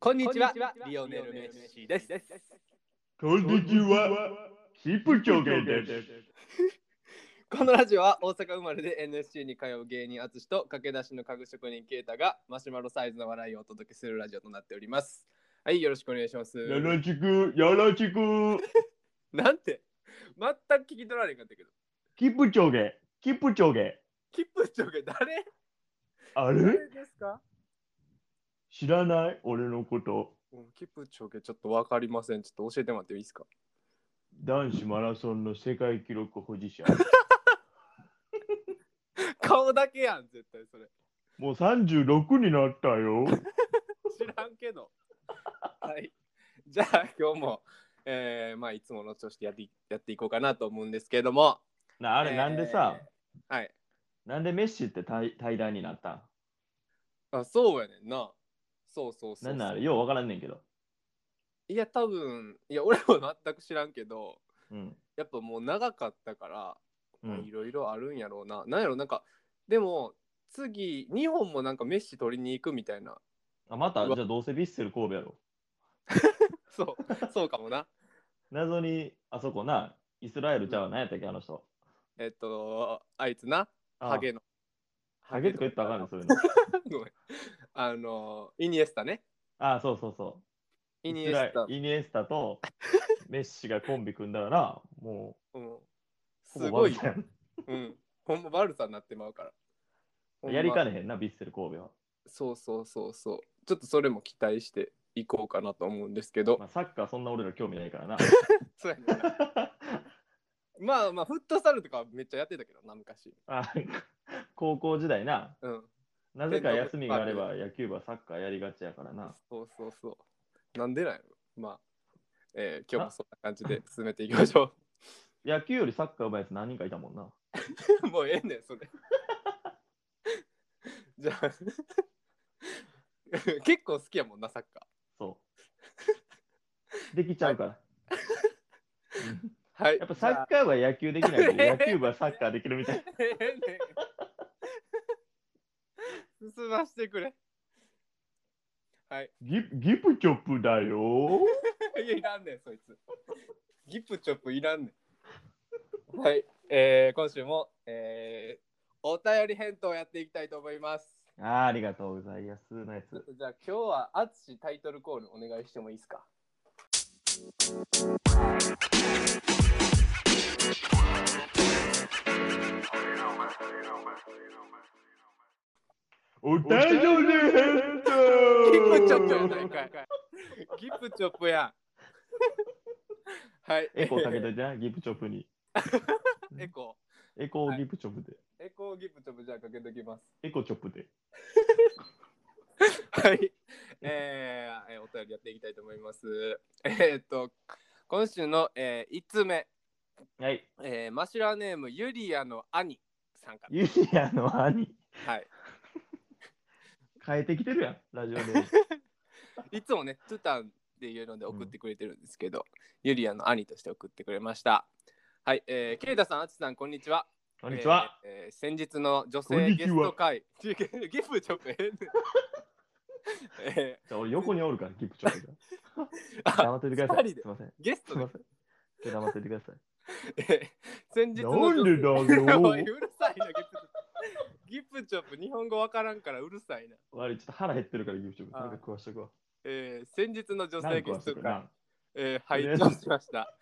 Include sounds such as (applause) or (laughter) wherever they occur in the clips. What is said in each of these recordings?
こんにちは、リオネル・メッシです。こんにちは。シップ長官です。 (laughs) このラジオは大阪生まれで NSC に通う芸人淳と駆け出しの家具職人啓太がマシュマロサイズの笑いをお届けするラジオとなっております。はい、よろしくお願いします。よろしく、よろしく。なんて全く聞き取られなかったけど。キップ長官、キップ長官。キップ長が誰あ誰れですか知らない俺のこと。うんキップ長がちょっとわかりません。ちょっと教えてもらっていいですか男子マラソンの世界記録保持者。顔だけやん、絶対それ。もう36になったよ。知らんけど。はい。じゃあ今日も、えー、まあいつもの調子でやっていやっていこうかなと思うんですけれども。なあれ、えーなんでさ、はい。なんでメッシって対対談になったんあ、そうやねんな。そうそうそうそう。なんなんあれようわからんねんけど。いや、多分、いや、俺も全く知らんけど、うん。やっぱもう長かったから、うまあいん、ろいろあるんやろうな。なんやろ、なんか、でも、次、日本もなんかメッシ取りに行くみたいな。 (laughs) あまた、じゃあどうせビッセル神戸やろ。そう、そうかもな。謎に、あそこな、イスラエルちゃうわ、なんやったっけ、あの人。えっと、あいつな、あハゲの。ハゲとか言ったらあかんねん、そういうの。ごめん。あの、イニエスタね。ああ、そうそうそう。イニエスタ。イニエスタとメッシがコンビ組んだらな、もうん、すう、ほぼごいバルサやんうん。ほんまバルサになってまうから。ほんまやりかねへんな、ビッセル神戸は。そうそうそうそう。ちょっとそれも期待していこうかなと思うんですけど。まあ、サッカーそんな俺ら興味ないか (laughs) らな。そうやねんなまあまあ、フットサルとかはめっちゃやってたけどな、昔。あ高校時代な、うん。なぜか休みがあれば野球部はサッカーやりがちやからな。そうそうそう。なんでなんやろまあ、えー今日もそんな感じで進めていきましょ野球よりサッカー上手いやつ何人かいたもんな。う。 (laughs) もうええねん、それ。 (laughs) じゃあ、 (laughs) 結構好きやもんな、サッカ (laughs) そう。できちゃうから。うんー。はい。やっぱサッカーは野球できない (laughs) けど、野球部はサッカーできるみたい。ええねん進ましてくれ。はい。ギギプチョップだよ。いや、いらんねん、そいつ。ギプチョップいらんねん。はい。えー、今週も、えー、お便り返答をやっていきたいと思います。ああ、ありがとうございます。ナイちょっス。とじゃあ今日は、あつしタイトルコールお願いしてもいいですかお誕生日変動ギプチョップやないかい。ギプチョップやん。 (laughs) はい。エコーかけといてな、ギプチョップに。エコエコーギプチョップで。ー。エコーギプチョップじゃあかけときます。エコチョップで。はい。 (laughs) えー、えーお便りやっていきたいと思います。えーっと、今週の、えー、5つ目、はい。えー、マシュラーネーム、ユリアの兄さんから。ユリアの兄。はい。変えてきてるやん、ラジオで。いつもね、トゥタンっていうので送ってくれてるんですけど、ユリアの兄として送ってくれました。はい。えー、ケイダさん、アツさん、こんにちは。こんにちは。えーえー先日の女こん性にちゲはスト会、 (laughs) ギフちょっとええねんえじゃあ俺横におるから、ギプチョップで。ー (laughs) あ黙っててください。二人すでいません。 (laughs) ゲスすトいまの、せん。ちょっと黙っててください。えー先日の女性なんでだおいよ。うるさいな、ギプギプチョップ、日本語わからんからうるさいな。悪い、ちょっと腹減ってるから、ギプチョップ。あーなんか食わしとくわ。えー、先日の女なんか性食ゲわしスとトくが、な。えー、拝聴しました。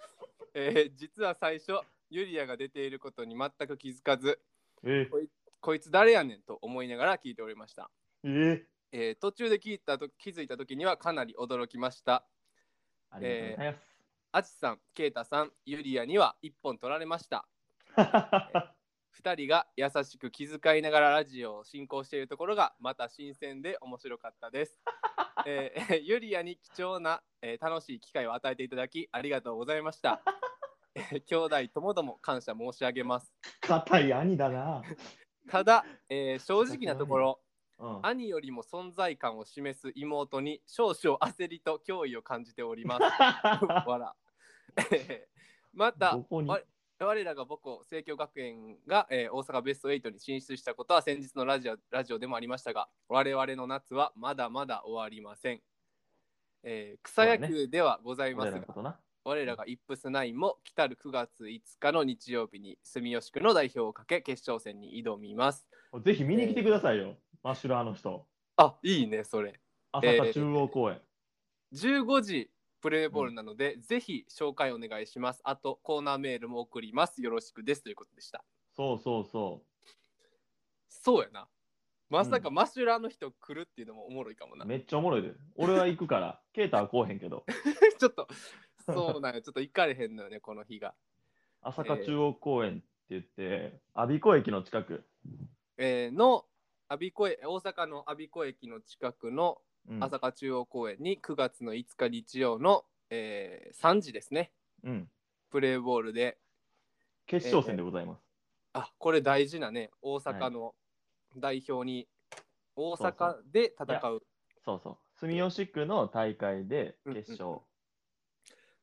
えー、実は最初、ユリアが出ていることに全く気づかず、えこいつ誰やねんと思いながら聞いておりました。ー、ええー、途中で聞いたと気づいた時にはかなり驚きました。ー、ありがとうございます。アチさん、ケイタさん、ユリアには1本取られました。2人 (laughs) が優しく気遣いながらラジオを進行しているところがまた新鮮で面白かったです。えーユリアに貴重な、えー楽しい機会を与えていただきありがとうございました。えー兄弟ともども感謝申し上げます。硬い兄だな。ただ、えー正直なところうん (laughs) 兄よりも存在感を示す妹に少々焦りと脅威を感じております。 (laughs) 笑 (laughs) またどこにあれ我らが母校聖京学園が、えー大阪ベスト8に進出したことは先日のラジオラジオでもありましたが我々の夏はまだまだ終わりません、えー草野球ではございます俺が、らのことな。我らがイップスナインも来たる9月5日の日曜日に住吉区の代表をかけ決勝戦に挑みますぜひ見に来てくださいよ、マッシュラーの人。あいいねそれ浅田中央公園。 15時プレーボールなので、ぜひ紹介お願いしますあとコーナーメールも送りますよろしくですということでしたそうそうそそうやな。まさかマシュラの人来るっていうのもおもろいかもな。う。めっちゃおもろいで。俺は行くから、ケータは来おへんけど、 (laughs) ちょ (laughs) っと、そうなんよ。ちょっと行かれへんのよね、この日が。浅香中央公園って言って、我孫子駅の近く。えーの、阿鼻子駅大阪の阿鼻子駅の近くのうん、朝霞中央公園に9月の5日日曜の、えー3時ですね、うん。プレーボールで、決勝戦でございます。あこれ大事なね、大阪の代表に、大阪で戦う。そうそう。住吉区の大会で決勝。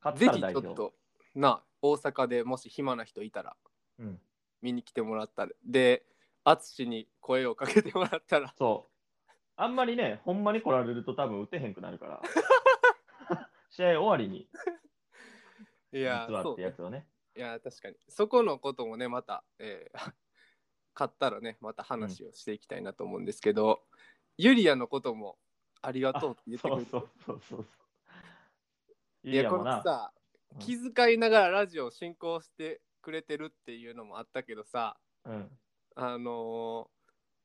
勝っぜたらひ代ち表ょっ。と、な、大阪でもし暇な人いたら、うん、見に来てもらったらで淳に声をかけてもらったらそう。あんまりね、ほんまに来られると多分打てへんくなるから。 (laughs) 試合終わりにいや実はそっうてやつをね。いや確かにそこのこともねまた、えー買ったらねまた話をしていきたいなと思うんですけど、ユリアのこともありがとうって言ってそくれうてそうそうそう。いやこのさうん気遣いながらラジオを進行してくれてるっていうのもあったけどさ (laughs) うん、あのー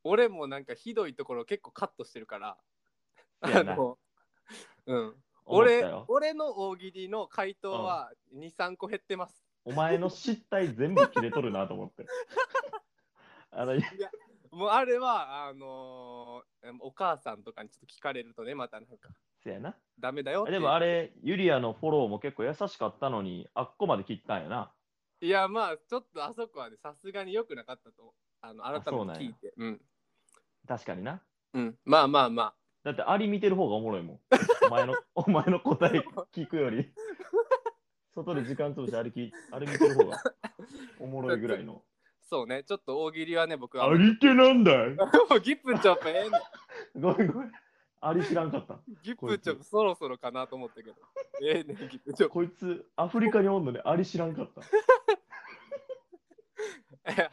俺もなんかひどいところ結構カットしてるからそうやなのうん思俺ったよ俺の大喜利の回答は23個減ってます。お前の失態全部切れとるなと (laughs) 思って。あのいもうあれはあのーお母さんとかにちょっと聞かれるとねまたなんかせやな。ダメだよってでもあれれ、ユリアのフォローも結構優しかったのに、あっこまで切ったんやな。いやまあちょっとあそこはねさすがに良くなかったとあの改めてそうなんや聞いてうん確かにな。うんまあまあまあだってアリ見てる方がおもろいもん。お前 (laughs) のお前の答え聞くより。外で時間潰してあれきあれ見てる方がおもろいぐらいの。そうねちょっと大喜利はね僕はありってなんだい (laughs) もうギップンチョップええねごめんごめん。あり知らんかった。 (laughs) んギップンチョップそろそろかなと思ったけどええねんギップンチョップこいつアフリカにおんのにあり知らん (laughs) かった。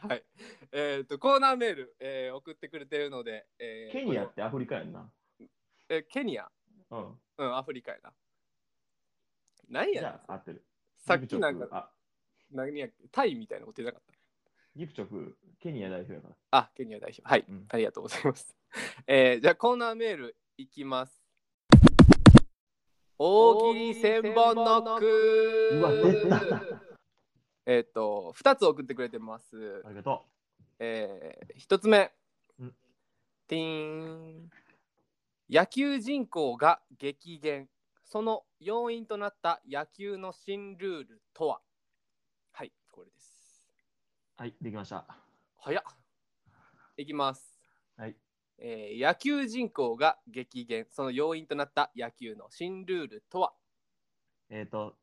はいえっ、とコーナーメール、えー送ってくれてるので、えーケニアってアフリカやんな。えーケニアうん。うん、アフリカやな。何じやねんゃあ合ってる。さっきなんギブチョか、クあ何やっけタイみたいなこと言ってなかっギプチョク、ケニア代表やから。た。あ、ケニア代表。はい、うんありがとうございます。 (laughs) えーじゃあコーナーメールいきます。大喜利千本ノックうわ出たえっと、2つ送ってくれてますあ。りがとえー、1つ目うん。ティーン。野球人口が激減。その要因となった野球の新ルールとははい、これです。う。はい、できました。早っ。いきます。はい。えー野球人口が激減。その要因となった野球の新ルールとはえっ、ー、と、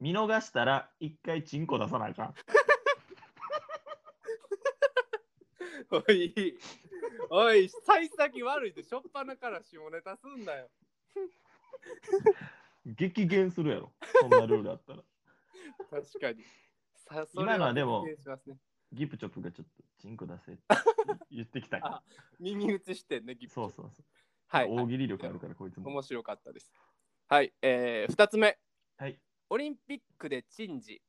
見逃したら一回チンコ出さないかん。おい、おい、幸先悪いでしょっぱなから下ネタすんだよ。激減するやろ。そんなルールだ (laughs) ったら。確かに。さそれ今のはでもお願いしますねギプチョプがちょっとチンコ (laughs) 出せって言ってきたあか耳打ちしてんね、ギら。ブそうそうそう。はい。大喜利力あるから、こいつも。面白かったです。はい、えー、2つ目。はい。オリンピックで珍事、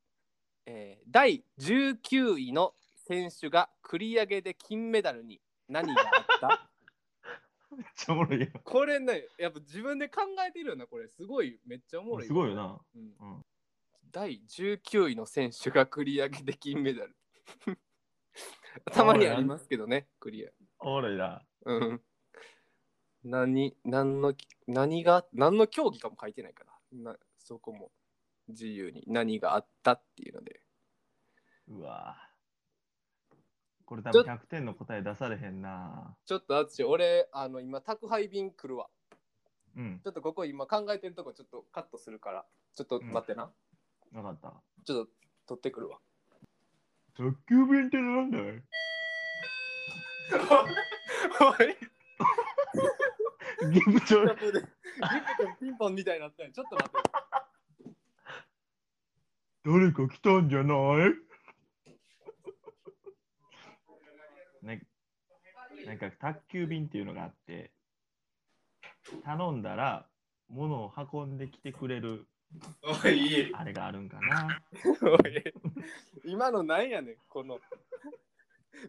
えー第19位の選手が繰り上げで金メダルに何があ (laughs) っためっちゃおもろいやんこれねやっぱ自分で考えてるよなこれすごいめっちゃおもろいすごいよな。うんうん第19位の選手が繰り上げで金メダル (laughs) たまにありますけどね繰り上げおもろいな。うん何何の何が何の競技かも書いてないからなそこも自由に何があったっていうのでうわぁこれ多分100点の答え出されへんな。ちょっと淳俺あの今宅配便来るわうん、ちょっとここ今考えてるとこちょっとカットするからちょっと待ってな、わかった。ちょっと取ってくるわ宅急便ってなんだいおいゲームちょリップでピンポンみたいになったよちょっと待って誰か来たんじゃない (laughs) ね、なんか宅急便っていうのがあって、頼んだら物を運んできてくれるおいあれがあるんかな。 (laughs) おい今のなんやねんこの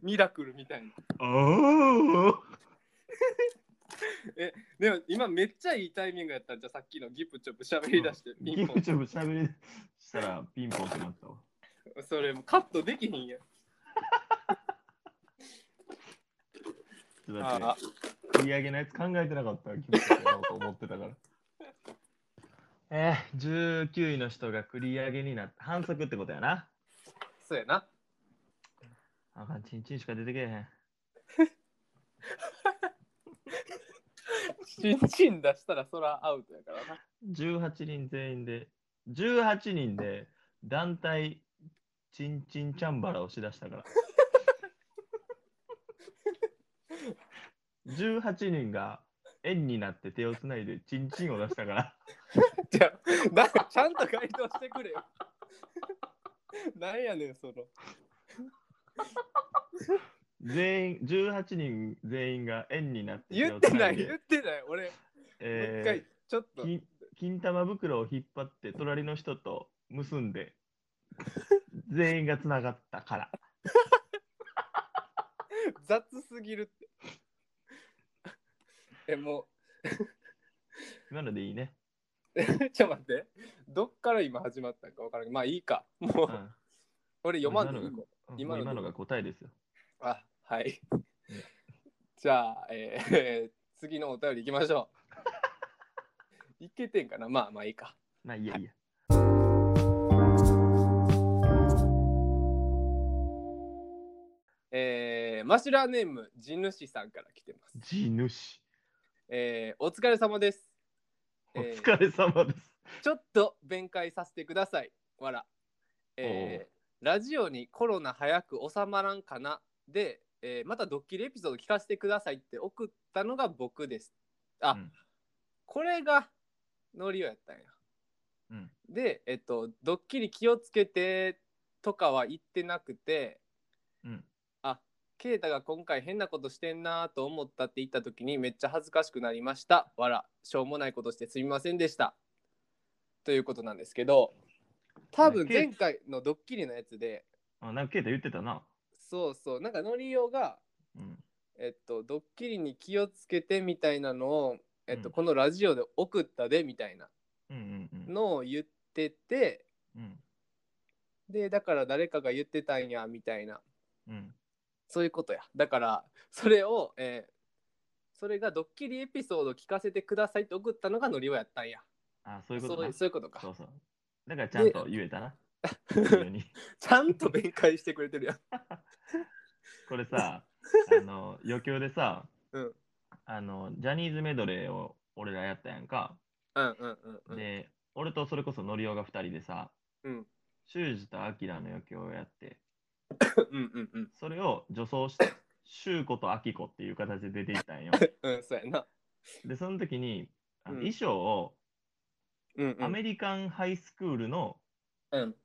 ミラクルみたいなあでも今めっちゃいいタイミングやったんじゃあさっきのギプチョプ喋り出してギピンポブンチョブしゃべりしたらピンポンってなったわ。それもうカットできひんやんちょっと待あって、売り上げのやつ考えてなかった。ギブチョブやろうと思ってたから。 (laughs) えー、19位の人が繰り上げになった反則ってことやな。そうやなあかん、チンチンしか出てけえへん。チンチン出したらそらアウトやからな18人全員で、18人で団体チンチンチャンバラをしだした (laughs) から。18人が円になって手をつないでチンチンを出したから。じゃあなんかちゃんと回答してくれよ (laughs) なんやねんその全員、18人全員が円になって手言っをてつなないいで言ってない俺、もう一え回ちょっーと金金玉袋を引っ張って隣の人と結 (laughs) んで全員がつながったから。雑すぎるって (laughs) えも今のでいいね。うちょっと待ってどっから今始まったんか分からんけどまあいいかもう、うん俺読まんでいい今のもん今今ののが答えですよ。あはいじゃあ、えーえー次のお便り行きましょういけてんかなまあまあいいかまあいいやいいや。えーマシュラーネーム地主さんから来てます、地主。えーお疲れ様ですおえー疲れ様です。ちょっと弁解させてください。わら。えーラジオにコロナ早く収まらんかなで、えーまたドッキリエピソード聞かせてくださいって送ったのが僕です。あ、うんこれがノリオやったんや。うんで、えっと、ドッキリ気をつけてとかは言ってなくて、うんあケイタが今回変なことしてんなと思ったって言った時にめっちゃ恥ずかしくなりました。わら、しょうもないことしてすみませんでした。ということなんですけど、多分ケイ前回のドッキリのやつで、あなんかケイタ言ってたな。そうそう、なんかノリオが、うん。えっと、ドッキリに気をつけてみたいなのを、えっと、うんこのラジオで送ったでみたいなうんうんのを言ってて、うん。うんで、だから誰かが言ってたんやみたいなうん。そういうことや。だから、それを、えーそれがドッキリエピソード聞かせてくださいって送ったのがノリオやったんや。あそういうこそとうなそういうことかそ。うそう。だからちゃんと言えたな。自由に (laughs) (laughs) ちゃんと弁解してくれてるやん。これさ、あの余興でさ、うんあのジャニーズメドレーを俺らやったやんか。うんうんうんうん。で、俺とそれこそノリオが2人でさ、うん修二とアキラの余興をやって、うんうんうん。それを助走して、修子とアキ子っていう形で出ていった (laughs) んよ。うん、そうやな。で、その時に、あうのん衣装をうん、うん。アメリカンハイスクールのうん。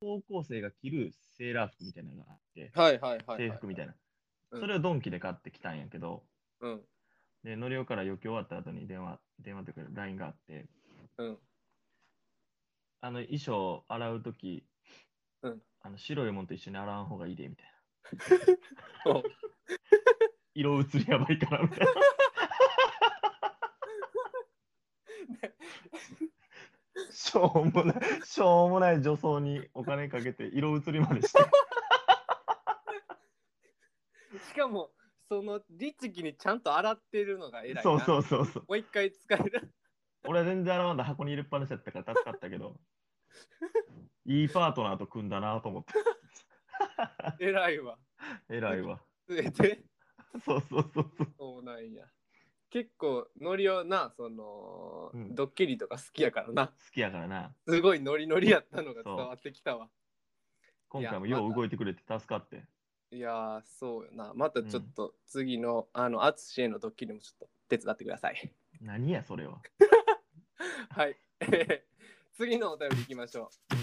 高校生が着るセーラー服みたいなのがあって、はいはいはい、はい。制服みたいな。うんそれをドンキで買ってきたんやけど、うん。で、のりおから余興終わった後に電話、電話というか LINE があって、うん。あの衣装を洗う時うんあの白いもんと一緒に洗わん方がいいで、みたいな。お色移りやばいから、みたいな。しょうもない、しょうもない女装にお金かけて色移りまでして。しかも、その律儀にちゃんと洗ってるのが偉いな。。そうそううそうそう。もう一回使える。俺は全然洗わんだ箱に入れっぱなしだったから助かったけど、いいパートナーと組んだなと思って。偉いわ。偉いわ。えて、そうそうそうそう。そうなんや。結構ノリをな、その、うんドッキリとか好きやからな。好きやからな。すごいノリノリやったのがそ伝うわってきたわ。今回もいやよまうた動いてくれて助かって。いやー、そうよな。またちょっと次の、あの、淳へのドッキリもちょっと手伝ってください。何やそれは。はい。 (laughs) えへへ次のお便りいきましょう。